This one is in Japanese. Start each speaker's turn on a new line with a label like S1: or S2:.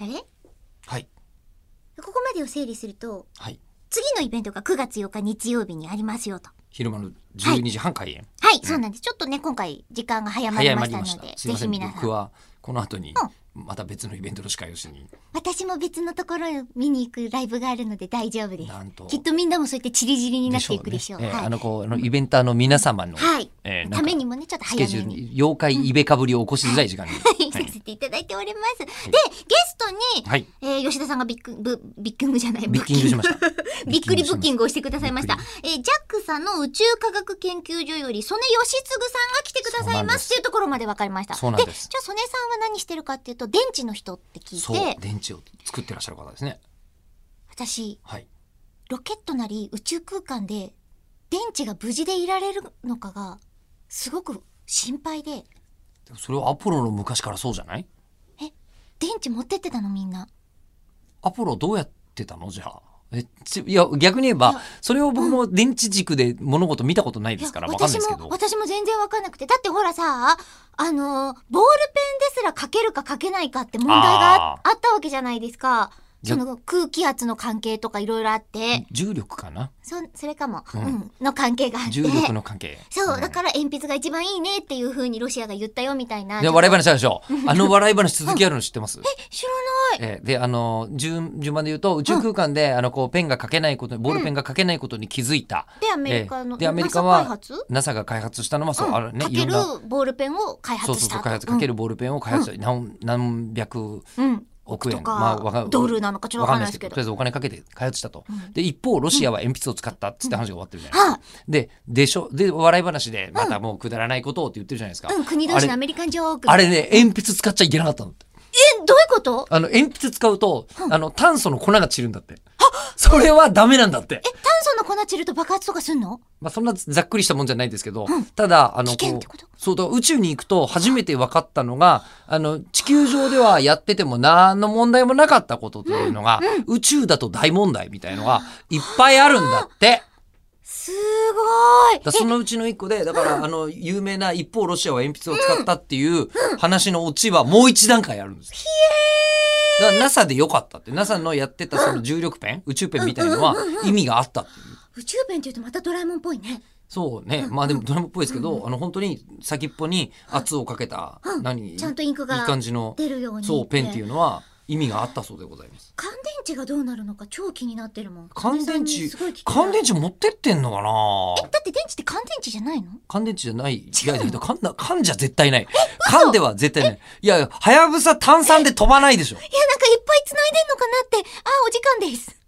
S1: あれ
S2: はい
S1: ここまでを整理すると、
S2: はい
S1: 次のイベントが9月8日日曜日にありますよと。
S2: 昼間の12時半開演、
S1: はい、そうなんです。ちょっとね、今回時間が早まり
S2: 早
S1: ま
S2: ま
S1: し
S2: り
S1: たの
S2: ま
S1: で
S2: した、すい
S1: ぜ
S2: ませ
S1: ひ
S2: ん
S1: 皆さ
S2: 僕
S1: ん。
S2: はこの後に
S1: うん
S2: また別のイベントの司会をしに、
S1: 私も別のところを見に行くライブがあるので大丈夫です
S2: なんと。
S1: きっとみんなもそうやってチリチリになっていくでしょう。
S2: ねえー
S1: は
S2: あ
S1: い。
S2: のこうあのイベンターの皆様の、
S1: はい
S2: えーなんか
S1: ためにもね、ちょっと
S2: ス
S1: 早
S2: ケジュ
S1: め
S2: ール
S1: に。
S2: に妖怪イベかぶりを起こしづらい時間に、
S1: はいさせていただいております。で、ゲストに、
S2: はい
S1: えー吉田さんがビック、ブ、ビッキングじゃない、
S2: ビッキングしました
S1: びっくりブッキン
S2: グ
S1: グをしてくださいました
S2: びっ。
S1: えー、ジャックさんの宇宙科学研究所より、曽根義嗣さんが来てください
S2: そうなん
S1: ま
S2: ですす
S1: っていうところまで分かりました。
S2: そうなんです
S1: じゃあ曽根さんは何してるかっていうと、電池の人って聞
S2: そう
S1: いて、
S2: 電池を作ってらっしゃる方ですね
S1: 私、
S2: はい
S1: ロケットなり宇宙空間で、電池が無事でいられるのかが、すごく心配で、
S2: でもそれはアポロの昔からそうじゃない
S1: え、電池持ってってたのみんな。
S2: アポロどうやってたのじゃあえちいや逆に言えばそれを僕も電池軸で物事見たことない
S1: い
S2: で
S1: や
S2: すからわかんない
S1: 私
S2: ですけ
S1: も
S2: ど
S1: 私も全然分かんなくてだってほらさあのボールペンですら書けるか書けないかって問題があ
S2: あ
S1: あったわけじゃないですか
S2: じ
S1: そ
S2: ゃ
S1: の空気圧の関係とかいろいろあって
S2: 重力かな
S1: そそれかも、う
S2: うんん
S1: の関係があって
S2: 重力の関係
S1: そうだ
S2: ん
S1: から鉛筆が一番いいねっていうふうにロシアが言ったよみたいなち
S2: で
S1: ょっと
S2: 笑い話あるでしょあの笑い話続きあるの知ってます、
S1: 知らない
S2: えーであの順順番で言うと宇宙空間で、あのこうペンが書けないことにボールペンが書けないことに気づいた、
S1: でアメリカの、
S2: えーでアメリカ
S1: NASA 開
S2: は
S1: 発
S2: NASA が開発したのはそう、
S1: うん
S2: あれね
S1: 書
S2: い
S1: け
S2: ろん
S1: る
S2: な
S1: ボールペンを開
S2: そ
S1: 発
S2: うそ
S1: し
S2: う
S1: た
S2: そう
S1: と
S2: 開発かけるボールペンを開発した、何何百
S1: うん、うん
S2: 億円
S1: とか、
S2: わか
S1: ドルなのかちょっと
S2: わ
S1: 分
S2: か
S1: かんな
S2: んな
S1: いいですす
S2: でけ
S1: けど
S2: どとりあえずお金かけて開発したと、
S1: うん
S2: で一方ロシアは鉛筆を使ったっつって話が終わってるじゃないですか、
S1: は
S2: ででしょで笑い話でまたもうくだらないことをって言ってるじゃないですか、
S1: あ、うん、国同士のアメリカンジョーク
S2: あれあれね鉛筆使っちゃいけなかったのって
S1: えどういうこと
S2: あの鉛筆使うと、あの炭素の粉が散るんだってそれはダメなんだって
S1: え、炭素の粉散ると爆発とかすんの
S2: まあ、そんなざっくりしたもんじゃないですけど、
S1: うん
S2: ただあの
S1: 危険ってこと
S2: うそうだ宇宙に行くと初めて分かったのがあの地球上ではやってても何の問題もなかったことというのが、宇宙だと大問題みたいのがいっぱいあるんだって。
S1: すごい
S2: だそのうちの一個でだからあの有名な一方ロシアは鉛筆を使ったっていう話のオチはもう一段階あるんですよ。だから NASA でよかったって NASA のやってたその重力ペン宇宙ペンみたいのは意味があったっていう。
S1: 宇宙弁って言うとまたドラえもんっぽいね。
S2: そうね、まあでもドラマっぽいですけど、あの本当に先っぽに圧をかけた、何、いい
S1: ちゃんとインクが
S2: 感じの、
S1: 出るように。。
S2: そう、ペンっていううのは意味があったそうでございます。
S1: 乾電池がどうなるのか超気になってるもん。
S2: 乾電池
S1: すごい聞き、たい
S2: 乾電池持ってってんのかな
S1: だって電池って乾電池じゃないの
S2: 乾電池じゃない。いやいや、乾な、乾じゃ絶対ない。乾では絶対ない。いや、はやぶさ炭酸で飛ばないでしょ。
S1: いや、なんかいっぱい繋いでんのかなって。あ、お時間です。